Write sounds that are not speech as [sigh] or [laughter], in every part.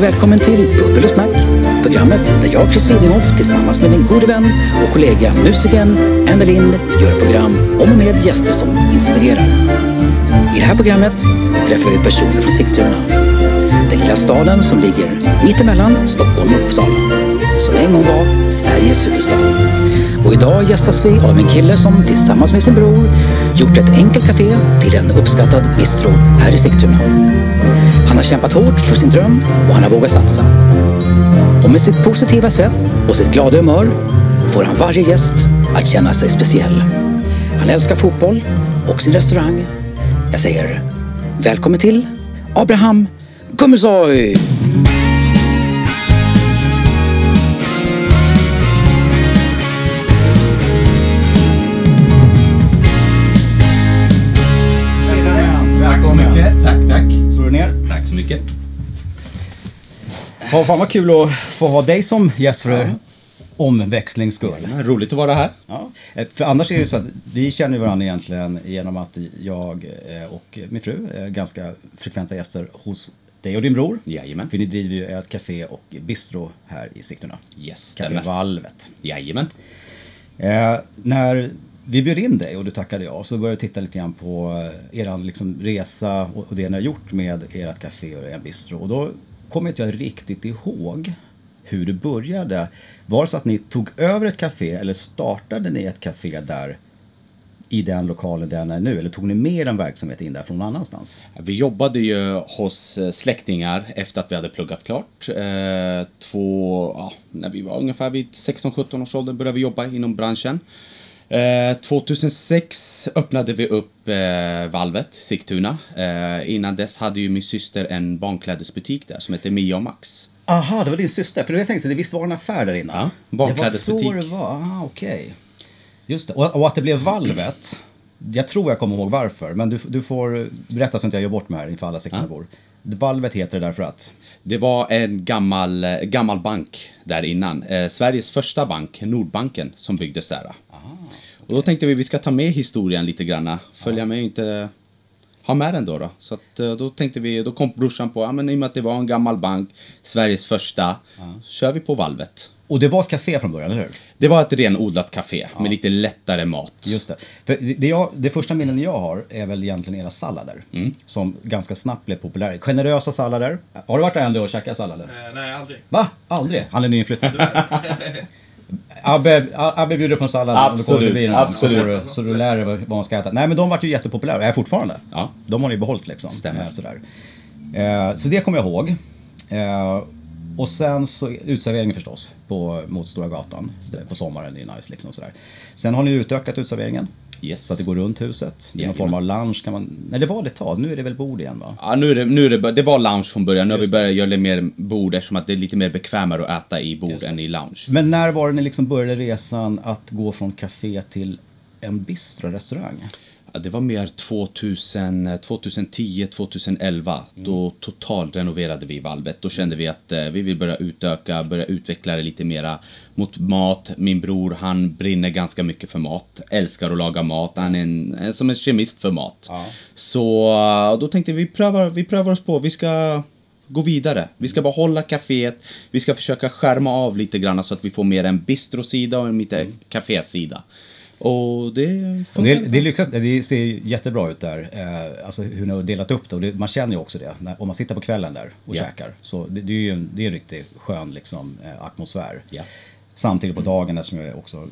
välkommen till Bubbel och snack. Programmet där jag, Chris Widinghoff, tillsammans med min gode vän och kollega musikern Anna Lind gör program om och med gäster som inspirerar. I det här programmet träffar vi personer från Sigtuna. Den lilla staden som ligger mittemellan Stockholm och Uppsala. Som en gång var Sveriges huvudstad. Och idag gästas vi av en kille som tillsammans med sin bror gjort ett enkelt café till en uppskattad bistro här i Sigtuna. Han har kämpat hårt för sin dröm och han har vågat satsa. Och med sitt positiva sätt och sitt glada humör får han varje gäst att känna sig speciell. Han älskar fotboll och sin restaurang. Jag säger välkommen till Abraham Gummersoy! Tack så mycket. Tack, tack. Slår du ner? Tack så mycket. Ja, fan vad kul att få ha dig som gäst för omväxlings skull. Roligt att vara här. Ja. Eh, För annars är det ju så att vi känner ju varandra egentligen genom att jag eh, och min fru är ganska frekventa gäster hos dig och din bror. Jajamän. För ni driver ju ett café och bistro här i Sigtuna. Yes, Café stämmer. Valvet. Jajamän. Eh, när vi bjöd in dig och du tackade ja så började jag titta lite grann på eh, eran liksom resa och och det ni har gjort med ert café och er bistro. Och då kommer inte jag riktigt ihåg hur det började. Var det så att ni tog över ett café eller startade ni ett café där i den lokalen där ni är nu? Eller tog ni med den verksamhet in där från någon annanstans? Vi jobbade ju hos eh, släktingar efter att vi hade pluggat klart. Eh, två, ja, när vi var ungefär vid 16-17 års ålder började vi jobba inom branschen. Eh, 2006 öppnade vi upp eh, valvet, Sigtuna. Eh, innan dess hade ju min syster en barnklädesbutik där som heter Mia och Max. Aha, det var din syster. För jag tänkte det visst var en affär där inne? Ja, Det barnklädesbutik. var så det var, ah, okej. Just det, och, och att det blev valvet. Jag tror jag kommer ihåg varför, men du, du får berätta så att inte jag gör bort mig här inför alla sektornbor. Valvet heter det därför att? Det var en gammal, eh, gammal bank där innan. Eh, Sveriges första bank, Nordbanken, som byggdes där. Och då tänkte vi vi ska ta med historien lite granna. Följa med inte... Ha med den då. då. Så att, eh, då tänkte vi, då kom brorsan på, ja men i och med att det var en gammal bank, Sveriges första, kör vi på valvet. Och det var ett café från början, eller hur? Det var ett renodlat café med lite lättare mat. Just det. För det- det, jag, det första minnen jag har är väl egentligen era sallader. Mm. Som ganska snabbt blev populära. Generösa sallader. Har du varit där ändå och käkat sallader? Eh, nej, aldrig. Va? Aldrig? Han är [laughs] nyinflyttad. Abbe, Abbe bjuder på en sallad om du kommer Absolut, förbi någon gång, så absolut. får du- Så du lär dig vad vad man ska äta. Nej men de vart ju jättepopulära, och är fortfarande. Ja. De har ni behållit liksom. Stämmer. Eh, Sådär. Eh, så det kommer jag ihåg. Eh, och sen så utserveringen förstås, på, mot Stora Gatan. På sommaren, det är nice liksom sådär. Sen har ni utökat utserveringen. Yes. Så att det går runt huset. Det är någon Jajamän. form av lunch kan man... Nej det var det ett tag, nu är det väl bord igen va? Ja, nu är det, nu är det, bör- det var lounge från början, nu har vi börjat göra lite mer bord eftersom att det är lite mer bekvämare att äta i bord än i lounge. Men när var det ni liksom började resan att gå från café till en bistrorestaurang? Ja, Det var mer 2000, 2010, 2011. Då totalrenoverade vi valvet. Då kände vi att eh, vi vill börja utöka, börja utveckla det lite mera mot mat. Min bror, han brinner ganska mycket för mat. Älskar att laga mat. Han är en, en, som en kemist för mat. Ja. Så eh, då tänkte vi, vi prövar, vi prövar oss på. Vi ska gå vidare. Vi ska behålla kaféet. Vi ska försöka skärma av lite grann så att vi får mer en bistrosida och en lite kafésida. Och det Och det, det, lyckas, det ser ju jättebra ut där, eh, alltså hur ni har delat upp det. Och det man känner ju också det, när, om man sitter på kvällen där och Ja. käkar. Så det, det är ju en, det är en riktigt skön liksom, eh, atmosfär. Ja. Samtidigt på dagen, eftersom jag är också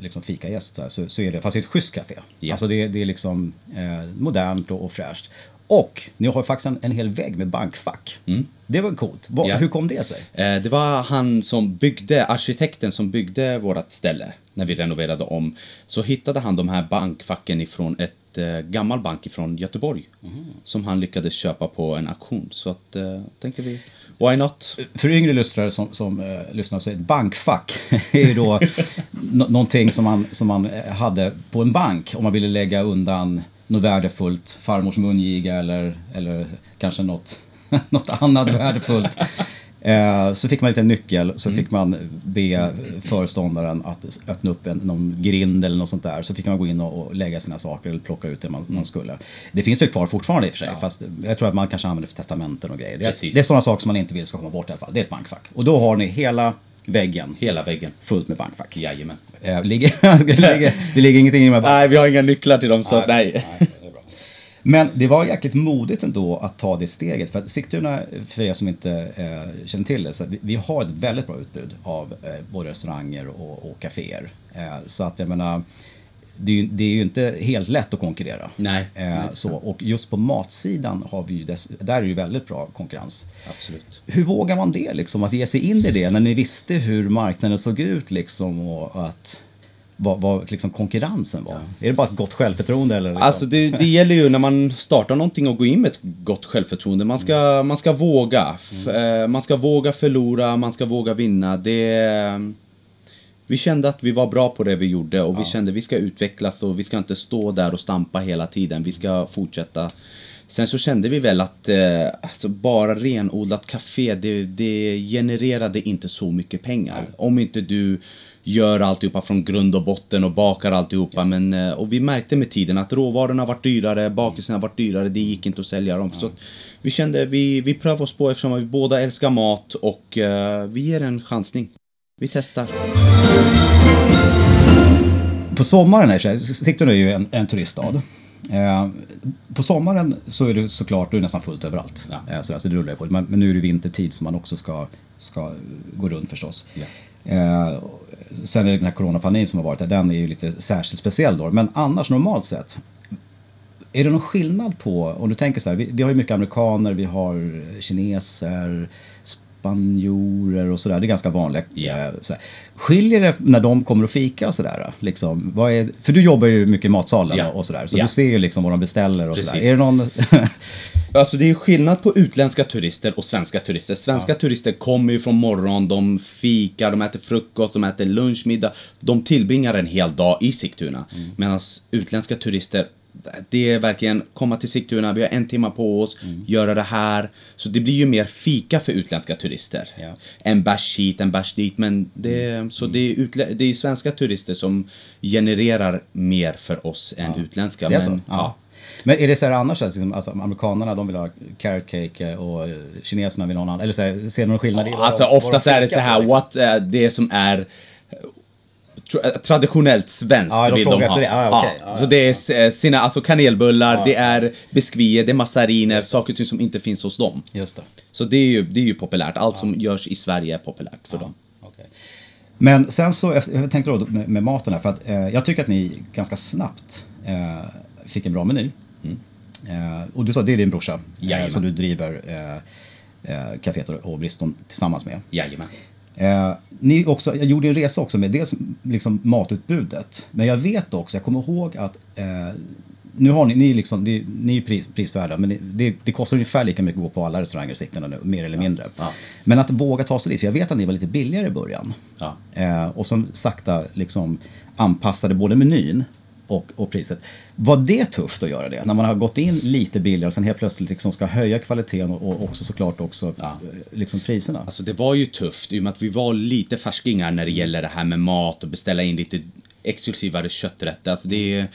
liksom fikagäst, så, här, så, så är det, fast det är ett schysst café. Ja. Alltså det, det är liksom eh, modernt och, och fräscht. Och ni har faktiskt en, en hel vägg med bankfack. Det var coolt. Vad- Mm. Ja. Hur kom det sig? Eh, Det var han som byggde, arkitekten som byggde vårt ställe när vi renoverade om. Så hittade han de här bankfacken ifrån ett eh, gammal bank ifrån Göteborg. Som han lyckades köpa på en auktion. Så att, eh, tänkte vi, why not? För yngre lyssnare som, som eh, lyssnar så är ett bankfack [laughs] är ju då nå- någonting som man, som man eh, hade på en bank om man ville lägga undan något värdefullt, [laughs] farmors mungiga eller, eller kanske något, något annat värdefullt. Eh, så fick man lite nyckel, så fick man be föreståndaren att öppna upp en, någon grind eller något sånt där. Så fick man gå in och, och lägga sina saker eller plocka ut det man, man skulle. Det finns väl kvar fortfarande i och för sig, fast jag tror att man kanske använder för testamenten och grejer. Det, Precis. det är sådana saker som man inte vill ska komma bort i alla fall. Det är ett bankfack. Och då har ni hela väggen Hela väggen. fullt med bankfack. Jajamän. Eh, ligger, [laughs] det, ligger, det ligger ingenting i de här Nej, vi har inga nycklar till dem så nej. Nej, det är bra. Men det var jäkligt modigt ändå att ta det steget. För att Sigtuna, för er som inte eh, känner till det, så att vi, vi har ett väldigt bra utbud av eh, både restauranger och, och kaféer. Eh, så att jag menar, det är, ju, det är ju inte helt lätt att konkurrera. Nej. Eh, så. Och just på matsidan har vi ju, dess, där är det ju väldigt bra konkurrens. Absolut. Hur vågar man det liksom, att ge sig in i det när ni visste hur marknaden såg ut liksom och att vad, vad liksom konkurrensen var? Är det bara ett gott självförtroende eller? Liksom? Alltså det, det gäller ju när man startar någonting och går in med ett gott självförtroende. Man ska, man ska våga. F- eh, Man ska våga förlora, man ska våga vinna. Det, vi kände att vi var bra på det vi gjorde och vi kände att vi ska utvecklas och vi ska inte stå där och stampa hela tiden. Vi ska fortsätta. Sen så kände vi väl att eh, alltså bara renodlat café, det, det genererade inte så mycket pengar. Om inte du gör alltihopa från grund och botten och bakar alltihopa. Men, eh, och vi märkte med tiden att råvarorna varit dyrare, bakelserna varit dyrare, det gick inte att sälja dem. Så att vi kände vi, vi prövar oss på eftersom vi båda älskar mat och eh, vi ger en chansning. Vi testar. På sommaren, här, så här, Sigtuna är ju en, en turiststad. Eh, på sommaren så är det såklart det är nästan fullt överallt. Ja. Eh, så, alltså, det rullar ju på. Men, men nu är det vintertid som man också ska, ska gå runt förstås. Ja. Eh, sen är det den här coronapandemin som har varit där, den är ju lite särskilt speciell då. Men annars normalt sett, är det någon skillnad på, om du tänker så här, vi, vi har ju mycket amerikaner, vi har eh, kineser, spanjorer och sådär, det är ganska vanligt. Ja. eh, sådär. Skiljer det när de kommer och fikar och sådär? Liksom, vad är, för du jobbar ju mycket i matsalen Ja. och sådär, så Ja. du ser ju liksom vad de beställer och sådär. Precis. Är det någon... [laughs] Alltså det är skillnad på utländska turister och svenska turister. Svenska turister kommer ju från morgon, de fikar, de äter frukost, de äter lunch, middag. De tillbringar en hel dag i Sigtuna. Mm. Medan utländska turister, det är verkligen komma till Sigtuna, vi har en timme på oss, Mm. göra det här. Så det blir ju mer fika för utländska turister. Ja. Mm. En bärs hit, en bärs dit. Men det, så det, är utlä- det är svenska turister som genererar mer för oss än utländska. Det är men, så? Ja. Men är det så här annars, så här, liksom, alltså, amerikanerna de vill ha carrot cake och eh, kineserna vill ha någon annan, eller så här, ser du någon skillnad i vad de- Alltså vad de oftast är det fikar så på, här, liksom? what är det som är eh, tra- traditionellt svenskt Ja, de vill de frågar ha. efter det. Ja, okej. Ah, Ja, Ah. så det är s- eh, sina alltså kanelbullar, det är biskvier, det är massariner, saker och ting som inte finns hos dem. Just det. Ah. Så det är ju, det är ju populärt. Allt som görs i Sverige är populärt för dem. Okej. Men sen så, jag tänkte då med, med maten här, för att eh, jag tycker att ni ganska snabbt eh, fick en bra meny. Eh, och du sa att det är din brorsa eh, Jajamän. som du driver eh, eh, kaféet och- och Briston tillsammans med. Jajamän. Eh, ni också, jag gjorde en resa också med dels liksom matutbudet, men jag vet också, jag kommer ihåg att eh, nu har ni, ni, liksom, ni, ni är ju pris, prisvärda, men det, det kostar ungefär lika mycket att gå på alla restauranger i Sigtuna nu, mer eller mindre. Ja. Men att våga ta sig dit, för jag vet att ni var lite billigare i början. Ja. Eh, och som sakta liksom anpassade både menyn och, och priset. Var det tufft att göra det? När man har gått in lite billigare och sen helt plötsligt liksom ska höja kvaliteten och, och också såklart också Ja. eh, liksom priserna? Alltså det var ju tufft i och med att vi var lite färskingar när det Mm. gäller det här med mat och beställa in lite exklusivare kötträtter. Alltså det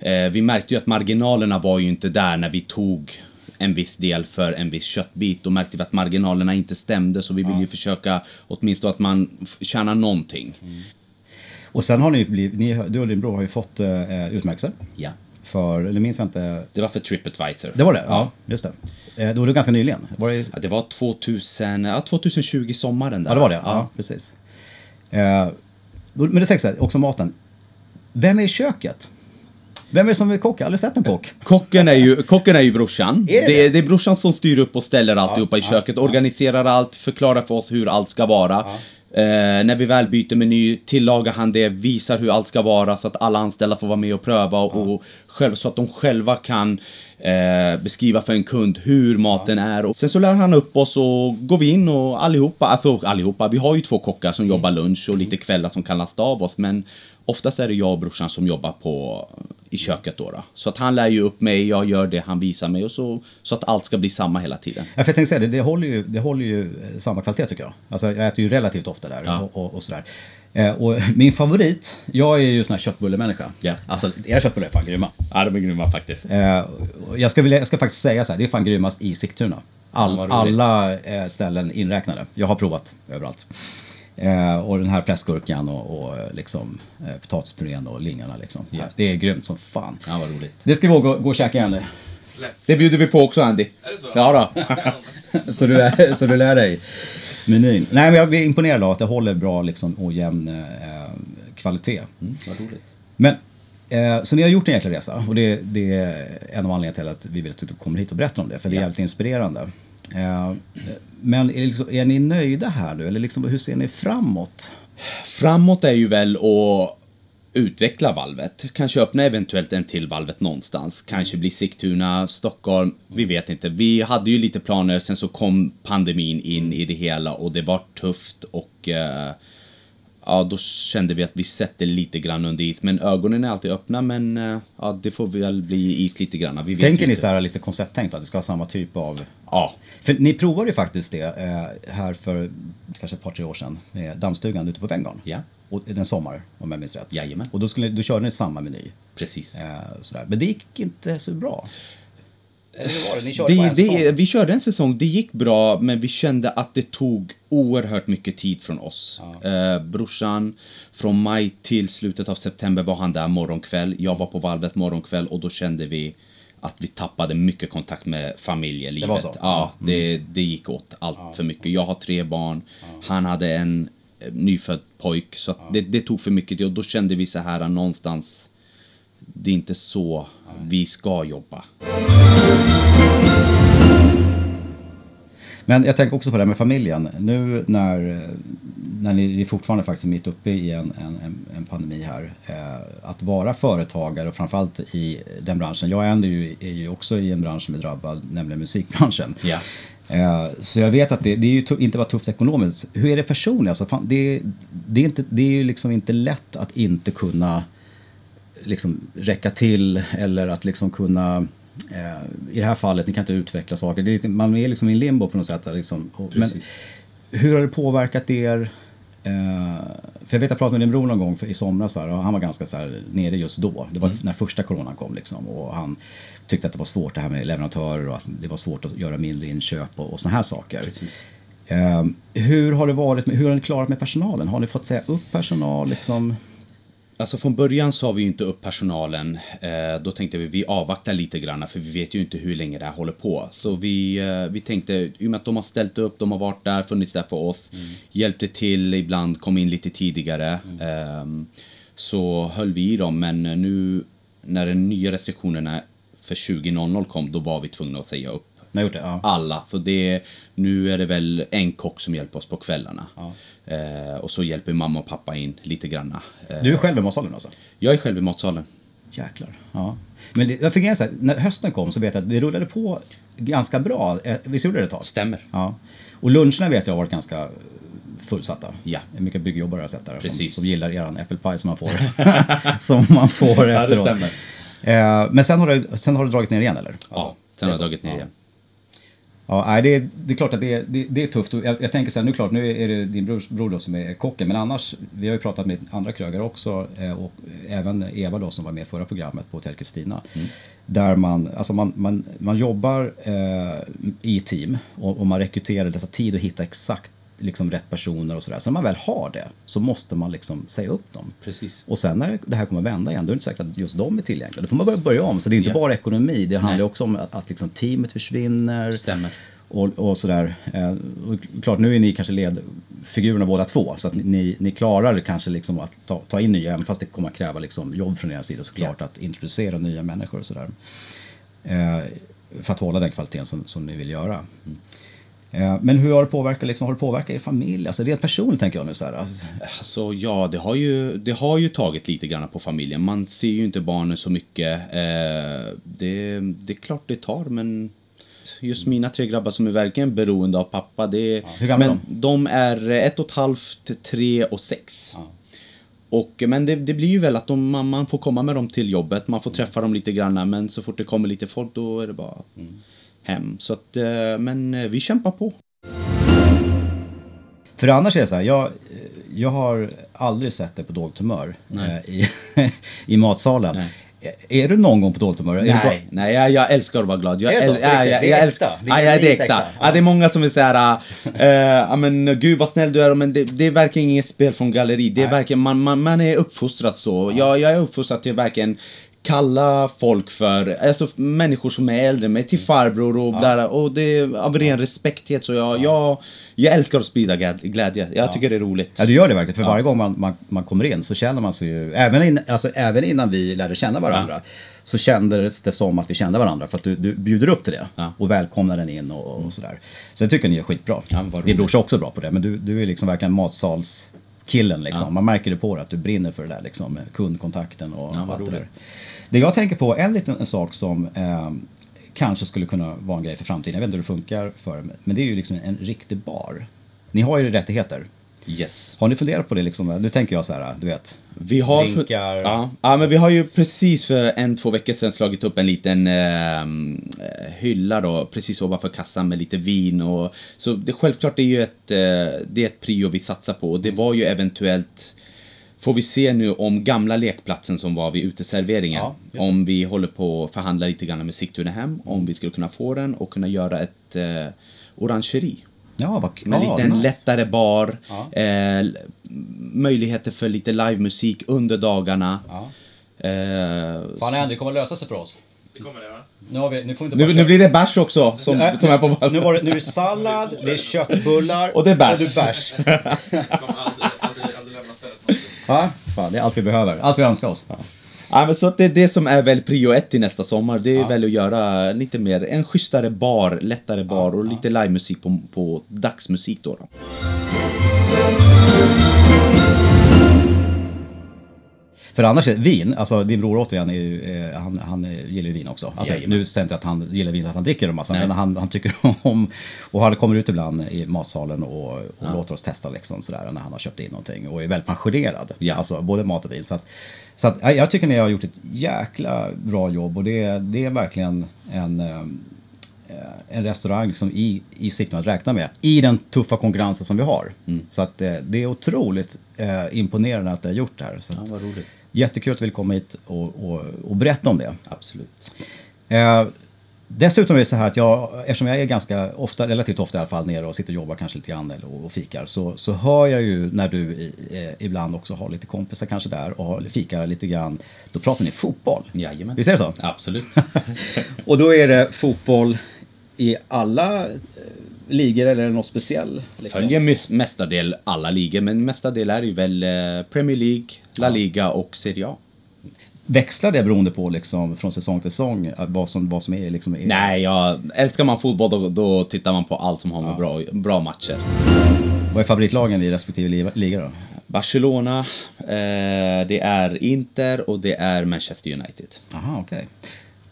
är, eh, vi märkte ju att marginalerna var ju inte där när vi tog en viss del för en viss köttbit. Då märkte vi att marginalerna inte stämde så vi ville ju försöka åtminstone att man f- tjänar någonting. Mm. Och sen har ni ju blivit, ni, du och din bror har ju fått eh, utmärkelse. Ja. För, eller minns jag inte. Det var för Tripadvisor. Det var det? Ja, just det. Eh, då var det ganska nyligen. Var det, Ja, det var 2000, ja, 2020 sommaren där. ja, det var det. Ja, precis. Eh, men det sägs så här, också maten. Vem är i köket? Vem är det som är kock? Jag har aldrig sett en kock. Kocken är ju, kocken är ju brorsan. Är det det, är, det är brorsan som styr upp och ställer alltihopa i köket, organiserar allt, förklarar för oss hur allt ska vara. Eh, när vi väl byter meny tillagar han det, visar hur allt ska vara så att alla anställda får vara med och pröva och, och själv, så att de själva kan eh, beskriva för en kund hur maten är. Och sen så lär han upp oss och går vi in Mm. och allihopa, alltså allihopa, vi har ju två kockar som jobbar lunch och lite kvällar som kan lasta av oss men Oftast är det jag och brorsan som jobbar på, i köket då, då. Så att han lär ju upp mig, jag gör det han visar mig och så, så att allt ska bli samma hela tiden. Ja, för jag tänkte säga det, det håller ju, det håller ju eh, samma kvalitet tycker jag. Alltså, jag äter ju relativt ofta där Ja. och, och, och sådär. Eh, och min favorit, jag är ju sån här köttbullemänniska. Ja. Alltså era köttbullar är fan grymma. Ja, de är grymma faktiskt. Eh, och jag, ska vilja, jag ska faktiskt säga så här, det är fan grymmast i Sigtuna. Fan, All, vad roligt. alla eh, ställen inräknade. Jag har provat överallt. Eh, och den här pressgurkan och, och eh, liksom, eh, potatispurén och lingorna liksom. Ja. Det är grymt som fan. Ja, vad roligt. Det ska vi gå, gå och käka igen nu. Det bjuder vi på också Andy. Är det så? Ja då. [laughs] så, du är, så du lär dig menyn. Nej, men jag blir imponerad av att det håller bra liksom, ojämn eh, kvalitet. Mm, vad roligt. Men, eh, så ni har gjort en jäkla resa och det, det är en av anledningarna till att vi vill att du kommer hit och berättar om det, för det är jävligt inspirerande. Eh, men är, det liksom, är ni nöjda här nu, eller liksom, hur ser ni framåt? Framåt är ju väl att utveckla valvet. Kanske öppna eventuellt en till valvet någonstans. Kanske bli Sigtuna, Stockholm. Vi vet inte. Vi hade ju lite planer, sen så kom pandemin in i det hela och det var tufft och eh, ja, då kände vi att vi sätter lite grann under is. Men ögonen är alltid öppna, men eh, ja, det får väl bli is lite grann. Vi vet Tänker ju ni inte. så här lite koncepttänkt, att det ska vara samma typ av Ja. För ni provade ju faktiskt det eh, här för kanske ett par, tre år sedan med dammstugan ute på Venngarn. Ja. Och den sommar, om jag minns rätt. Jajamän. Och då, skulle, då körde ni samma meny. Precis. Eh, sådär. Men det gick inte så bra. Eller hur var det? Ni körde bara Eh, Det, en det, säsong. vi körde en säsong, det gick bra men vi kände att det tog oerhört mycket tid från oss. Eh, brorsan, från maj till slutet av september var han där morgonkväll. Jag var på valvet morgonkväll och då kände vi att vi tappade mycket kontakt med familjelivet. Det var så? Mm. Ja, det, det gick åt allt för mycket. Jag har tre barn, han hade en eh, nyfödd pojk. Så att det, det tog för mycket tid och då kände vi så här någonstans, det är inte så vi ska jobba. Men jag tänker också på det här med familjen. Nu när, eh, när ni är fortfarande faktiskt mitt uppe i en, en, en- en pandemi här. Eh, att vara företagare och framförallt i den branschen. Jag är ju, är ju också i en bransch som är drabbad, nämligen musikbranschen. Ja. Eh, Så jag vet att det, det är ju tu- inte bara tufft ekonomiskt. Hur är det personligen? Alltså, fan, det, det, är inte, det är ju liksom inte lätt att inte kunna liksom räcka till eller att liksom kunna eh, i det här fallet, ni kan inte utveckla saker. Det är, lite- man är liksom i en limbo på något sätt. Liksom. Och, men Precis. hur har det påverkat er? Eh, för jag vet att jag pratade med din bror någon gång för, i somras här, och han var ganska så här, nere just då. Det var Mm. när första coronan kom liksom, och han tyckte att det var svårt det här med leverantörer och att det var svårt att göra mindre inköp och, och såna här saker. Precis. Eh, hur har det varit, med, hur har ni klarat med personalen? Har ni fått säga upp personal liksom? Alltså från början sa vi ju inte upp personalen. Eh, då tänkte vi vi avvaktar lite grann för vi vet ju inte hur länge det här håller på. Så vi, eh, vi tänkte, i och med att de har ställt upp, de har varit där, funnits där för oss, hjälpte till ibland, kom in lite tidigare. ehm, så höll vi i dem, men nu när de nya restriktionerna för 20.00 kom, då var vi tvungna att säga upp Ni har gjort det? Ja. alla. För det, nu är det väl en kock som hjälper oss på kvällarna. Eh, och så hjälper mamma och pappa in lite granna. Eh, Du är själv i matsalen alltså? jag är själv i matsalen. Jäklar. Ja. Men det, jag fick en så här, när hösten kom så vet jag att det rullade på ganska bra. Eh, Visst gjorde det ett tag? Stämmer. Ja. Och luncherna vet jag har varit ganska fullsatta. Ja. Det är Mycket byggjobbare har jag sett där som, Precis. som gillar eran apple pie som man får, [laughs] som man får Ja, det efteråt. stämmer. Eh, men sen har, det, sen har det dragit ner igen eller? Alltså, Ja, sen det är har jag så. dragit ner Ja. igen. Ja, nej, det, är, det är klart att det är, det, det är tufft. Och jag, jag tänker så här, nu klart, nu är det din bror, bror då som är kocken, men annars, vi har ju pratat med andra krögare också eh, och även Eva då som var med i förra programmet på Hotell Kristina. Där man, alltså man, man, man jobbar eh, i team och, och man rekryterar, det tar tid att hitta exakt liksom rätt personer och sådär. Så när man väl har det så måste man liksom säga upp dem. Precis. Och sen när det här kommer vända igen, då är det inte säkert att just de är tillgängliga. Då får man börja, börja om. Så det är inte Ja. bara ekonomi, det handlar ju Nej. också om att, att liksom teamet försvinner. Stämmer. Och, och sådär. Eh, och klart, nu är ni kanske ledfigurerna båda två, så att ni, ni klarar kanske liksom att ta, ta in nya, även fast det kommer att kräva liksom jobb från er sida såklart, att introducera nya människor och sådär. Eh, för att hålla den kvaliteten som, som ni vill göra. Mm. Eh, Men hur har det påverkat, liksom, har det påverkat er familj? Alltså rent personligt tänker jag nu så här. Alltså, Alltså ja, det har, ju, det har ju tagit lite grann på familjen. Man ser ju inte barnen så mycket. Eh, det, det är klart det tar, men just mina tre grabbar som är verkligen beroende av pappa. Det, Hur gamla är men de? är ett och ett halvt, tre och sex. Och, men det, det blir ju väl att de, man, man får komma med dem till jobbet, man får Mm. träffa dem lite grann men så fort det kommer lite folk då är det bara Mm. hem. Så att, eh, men eh, vi kämpar på. För annars är det så här, jag, jag har aldrig sett dig på dåligt humör eh, i, [laughs] i matsalen. Är du någon gång på dåligt humör? Är du bara- Nej, nej jag, jag älskar att vara glad. Jag Är det så? äl- På ja, riktigt? jag- Det är jag äkta. älskar- Det är Ja, ja, det är riktigt äkta. äkta. Ja, det är många som är så här, eh, ja, men gud vad snäll du är, men det, det är verkligen inget spel från galleri. Det är verkligen, man, man, man är uppfostrad så. Jag, jag är uppfostrad till verkligen kalla folk för, alltså f- människor som är äldre än mig, Mm. till farbror och där, och det är av ren respekt helt så jag, jag, jag älskar att sprida gläd- glädje. Jag tycker det är roligt. Ja, du gör det verkligen. För varje gång man, man, man kommer in så känner man sig ju... Även, in, alltså, även innan vi lärde känna varandra så kändes det som att vi kände varandra. För att du, du bjuder upp till det Ja. Mm. och välkomnar den in och, och sådär. Sen tycker jag ni är skitbra. Ja, men vad roligt. Din brorsa är också bra på det. Men du, du är liksom verkligen matsalskillen liksom. Man märker det på dig att du brinner för det där liksom. Kundkontakten och vad allt det där. roligt. Det jag tänker på, en liten en sak som eh, kanske skulle kunna vara en grej för framtiden. Jag vet inte hur det funkar för er, men det är ju liksom en riktig bar. Ni har ju rättigheter. Yes. Har ni funderat på det liksom? Nu tänker jag så här, du vet. Vi har, fun- Drinkar. ja. ja, men vi har ju precis för en, två veckor sedan slagit upp en liten eh, hylla då, precis ovanför kassan med lite vin och så det, självklart det är ju ett, eh, det är ett prio vi satsar på och det Mm. var ju eventuellt Får vi se nu om gamla lekplatsen som var vid uteserveringen. Ja, just det. Mm. om vi håller på att förhandla lite grann med Sigtunahem, om vi skulle kunna få den och kunna göra ett eh, orangeri. Ja, vad kul. Med ja, lite en nice. lättare bar, Ja. eh, l- möjligheter för lite livemusik under dagarna. Ja. Eh, Fan Henry, det kommer lösa sig för oss. Det kommer det va? Nu, har vi, nu får vi inte bara nu, nu köpa- blir det bärs också som, Nej, som är på nu, vallen. var det, nu är det sallad, det är köttbullar Och det är bärs. Och det är bärs. Det kommer aldrig, aldrig, aldrig lämna stället någonsin. [laughs] Ja, fan, det är allt vi behöver. Allt vi önskar oss. Ja, men så att det är det som är väl prio ett till nästa sommar. Det är väl att göra lite mer, en schysstare bar, lättare bar och lite livemusik på, på dagsmusik då. då. För annars, är vin, alltså din bror återigen, är ju, eh, han, han eh, gillar ju vin också. Alltså, Jajamän. nu säger jag inte att han gillar vin, att han dricker en massa, men han, han tycker [laughs] om... Och han kommer ut ibland i matsalen och, och låter oss testa liksom, sådär, när han har köpt in någonting och är väldigt passionerad. Ja. Alltså både mat och vin. Så, att, så att, ja, jag tycker ni har gjort ett jäkla bra jobb och det, det är verkligen en... eh, en restaurang liksom i, i sikte att räkna med i den tuffa konkurrensen som vi har. Mm. Så att eh, det är otroligt eh, imponerande att du har gjort det här. Så att, vad roligt. Jättekul att du vill komma hit och, och, och berätta om det. Absolut. Eh, dessutom är det så här att jag, eftersom jag är ganska ofta, relativt ofta i alla fall, nere och sitter och jobbar kanske lite grann eller, och, och fikar, så, så hör jag ju när du i, eh, ibland också har lite kompisar kanske där och har- fikar lite grann, då pratar ni fotboll. Jajamän. Visst är det så? Absolut. [laughs] Och då är det fotboll i alla eh, ligor eller är det något speciell? Liksom? [laughs] Följer mes- mestadel alla ligor, men mestadel är det ju väl eh, Premier League, La Liga och Serie A. Växlar det beroende på liksom, från säsong till säsong eh, vad som, vad som är liksom? Är... Nej, jag, älskar man fotboll då, då tittar man på allt som har med bra, bra matcher. Vad är favoritlagen i respektive li- liga då? Barcelona, eh, det är Inter och det är Manchester United. Aha, okej.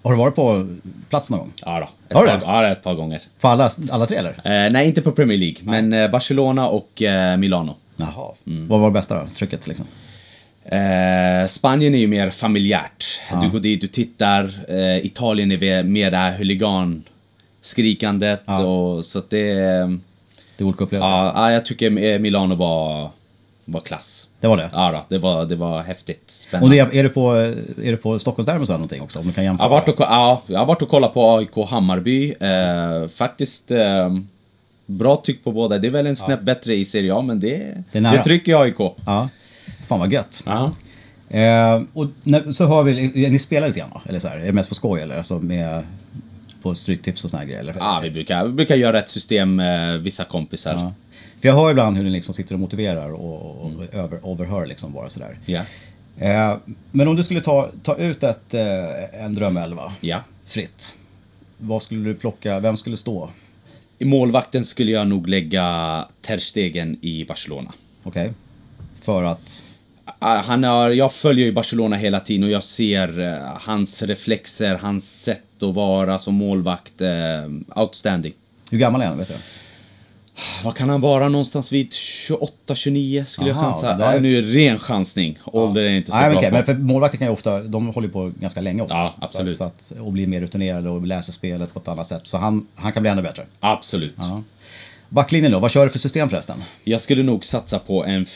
Har du varit på plats någon gång? Ja, då, ett, Har du par, det? ja, ett par gånger. På alla, alla tre eller? Eh, nej, inte på Premier League, men eh, Barcelona och eh, Milano. Jaha. Mm. Vad var det bästa då? Trycket liksom? Eh, Spanien är ju mer familjärt. Du går dit, du tittar. Eh, Italien är ve- mer det här huliganskrikandet. Och, så att det... Det är olika upplevelser? Ja, ja, jag tycker eh, Milano var, var klass. Det var det? Ja, då, det, var, det var häftigt. Spännande. Och det, är, är du på, är du på Stockholmsderbyn så här någonting också? Om du kan Jag har jämföra? varit och, ko- ja, jag har varit och kollat på AIK Hammarby. Eh, faktiskt eh, bra tryck på båda. Det är väl en snäpp bättre i Serie A, men det, Det det, är nära. trycker i AIK. Ja. Fan vad gött. Ja. Eh, och när, så har vi, eh, ni spelar lite grann va? Eller så här, är det mest på skoj eller? Alltså med, på stryktips och såna här grejer? Eller? vi, brukar, vi brukar göra ett system, eh, vissa kompisar. Ja. För jag hör ibland hur ni liksom sitter och motiverar och, och över, överhör liksom bara sådär. Mm. Ja. Eh, men om du skulle ta, ta ut ett, eh, en drömelva Ja. fritt. Vad skulle du plocka, vem skulle stå? I målvakten skulle jag nog lägga Ter Stegen i Barcelona. Okej? För att, Ah, Han har, jag följer ju Barcelona hela tiden och jag ser eh, hans reflexer, hans sätt att vara som målvakt. Eh, outstanding. hur gammal är han? Vet du? Vad kan han vara någonstans vid 28, 29 skulle Aha, jag chansa. det där- Nej, nu är det ren chansning. Ålder är inte så Nej, men bra okej, på. men för målvakter kan ju ofta, de håller ju på ganska länge ofta. Ja, absolut. Så, så att, och blir mer rutinerade och läser spelet på ett annat sätt. Så han, han kan bli ännu bättre. Absolut. Ja. Backlinjen då, vad kör du för system förresten? Jag skulle nog satsa på en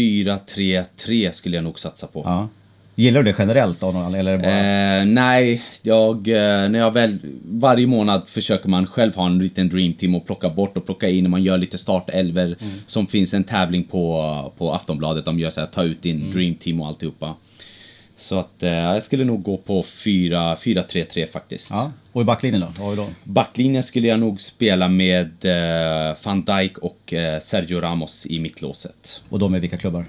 4-3-3 skulle jag nog satsa på. Ja. Gillar du det generellt av någon anledning, eller är det bara... Eh, nej, jag, eh, när jag väl, varje månad försöker man själv ha en liten dreamteam och plocka bort och plocka in och man gör lite startelver Mm. som finns en tävling på, på Aftonbladet. De gör så här, ta ut din Mm. dreamteam och alltihopa. Så att eh, jag skulle nog gå på 4 4-3-3 faktiskt. Ja. Och i backlinjen då, vad har vi då? Backlinjen skulle jag nog spela med eh, van Dijk och eh, Sergio Ramos i mittlåset. Och de är vilka klubbar?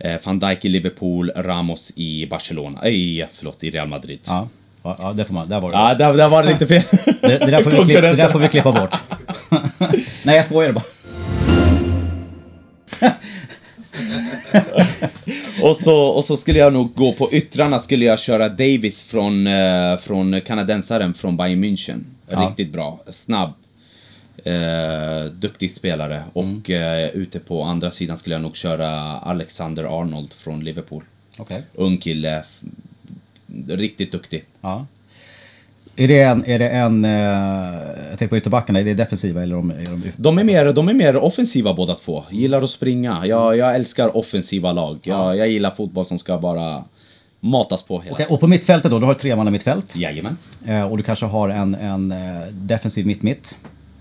Eh, van Dijk i Liverpool, Ramos i Barcelona, eh, i, förlåt, i Real Madrid. Ja, ja, ja det får man, där var det. Ja, där, där var det lite fel. [laughs] Det, det, där [laughs] får vi klippa, det där får vi klippa bort. Nej, jag skojar bara. [laughs] och, så, och så skulle jag nog gå på yttrarna skulle jag köra Davis från, eh, från kanadensaren från Bayern München. Ja. Riktigt bra, snabb. Eh, duktig spelare och Mm. eh, ute på andra sidan skulle jag nog köra Alexander Arnold från Liverpool. Okej. Ung kille, f- riktigt duktig. Ja. Är det en, är det en eh, jag tänker på ytterbackarna, är det defensiva eller de, är de ut- De är, mer, de är mer offensiva båda två. Gillar att springa. Jag, jag älskar offensiva lag. Jag, jag gillar fotboll som ska bara matas på hela Okej, och på mittfältet då, du har ett tremanna mittfält Jajamän. eh, och du kanske har en, en eh, defensiv mitt-mitt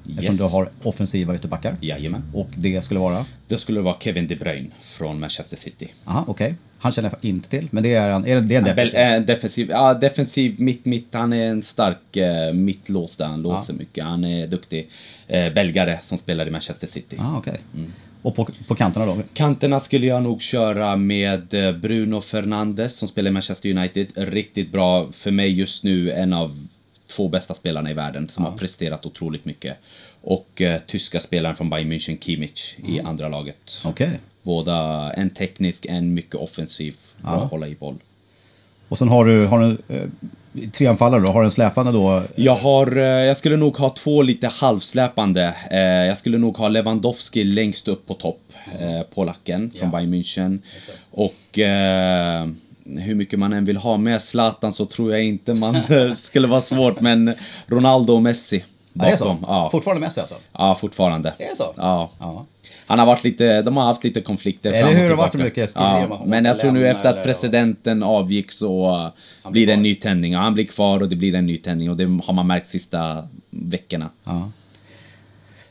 eftersom Yes. du har offensiva ytterbackar. Jajamän. Och det skulle vara? Det skulle vara Kevin De Bruyne från Manchester City. Aha, okej. Han känner jag inte till, men det är en, är det, det är en Väl, defensiv. eh, defensiv, ja, defensiv mitt-mitt. Han är en stark eh, mittlås där han låser mycket. Han är duktig. Eh, belgare som spelar i Manchester City. Ah, okej. Mm. Och på, på kanterna då? Kanterna skulle jag nog köra med eh, Bruno Fernandes som spelar i Manchester United. Riktigt bra. För mig just nu en av två bästa spelarna i världen som har presterat otroligt mycket. Och eh, tyska spelaren från Bayern München, Kimmich, i andra laget. Okej. Båda, en teknisk, en mycket offensiv. Bra Ja. att hålla i boll. Och sen har du, har du eh, tre anfallare då, har du en släpande då? Jag har, eh, jag skulle nog ha två lite halvsläpande. Eh, Jag skulle nog ha Lewandowski längst upp på topp, eh, polacken från Ja. Bayern München. Och eh, hur mycket man än vill ha med Zlatan så tror jag inte man [laughs] eh, skulle vara svårt, men Ronaldo och Messi Ja, det är så? bakom. Ja, Fortfarande Messi alltså? ja fortfarande. Det är så? Ja. Ja. Han har varit lite, de har haft lite konflikter Eller fram och hur? Det har tillbaka. varit mycket skriverier om att man Men ska jag tror nu lämna efter eller- att presidenten avgick så eh, blir det en ny tändning. Ja, han blir kvar och det blir en ny tändning och det har man märkt sista veckorna. Ja.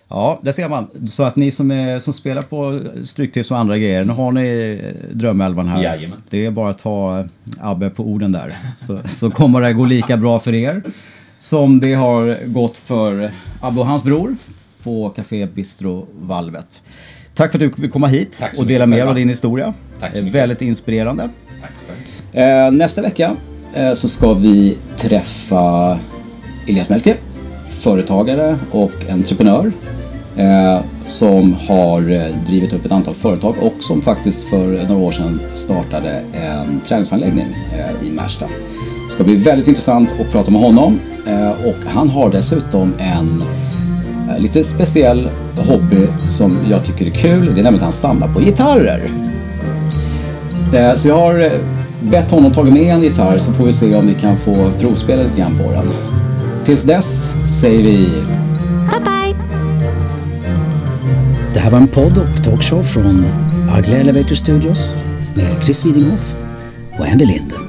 Ja, där ser man. Så att ni som, är, som spelar på Stryktips och andra grejer, nu har ni eh, drömelvan här. Jajamän. Det är bara att ta eh, Abbe på orden där, så, så kommer det gå lika bra för er som det har gått för Abbe och hans bror på Café Bistro Valvet. Tack för att du ville komma hit Tack så och mycket dela med er själva. av din historia. Tack så Eh, mycket. Väldigt inspirerande. Tack Eh, nästa vecka eh, så ska vi träffa Elias Melke, företagare och entreprenör eh, som har eh, drivit upp ett antal företag och som faktiskt för några år sedan startade en träningsanläggning eh, i Märsta. Det ska bli väldigt intressant att prata med honom eh, och han har dessutom en Eh, lite speciell hobby som jag tycker är kul. Det är nämligen att han samlar på gitarrer. Eh, Så jag har eh, bett honom ta med en gitarr så får vi se om vi kan få provspela lite grann på den. Tills dess säger vi Det här var en podd och talkshow från Agla Elevator Studios med Chris Widinghoff och Andy Linden.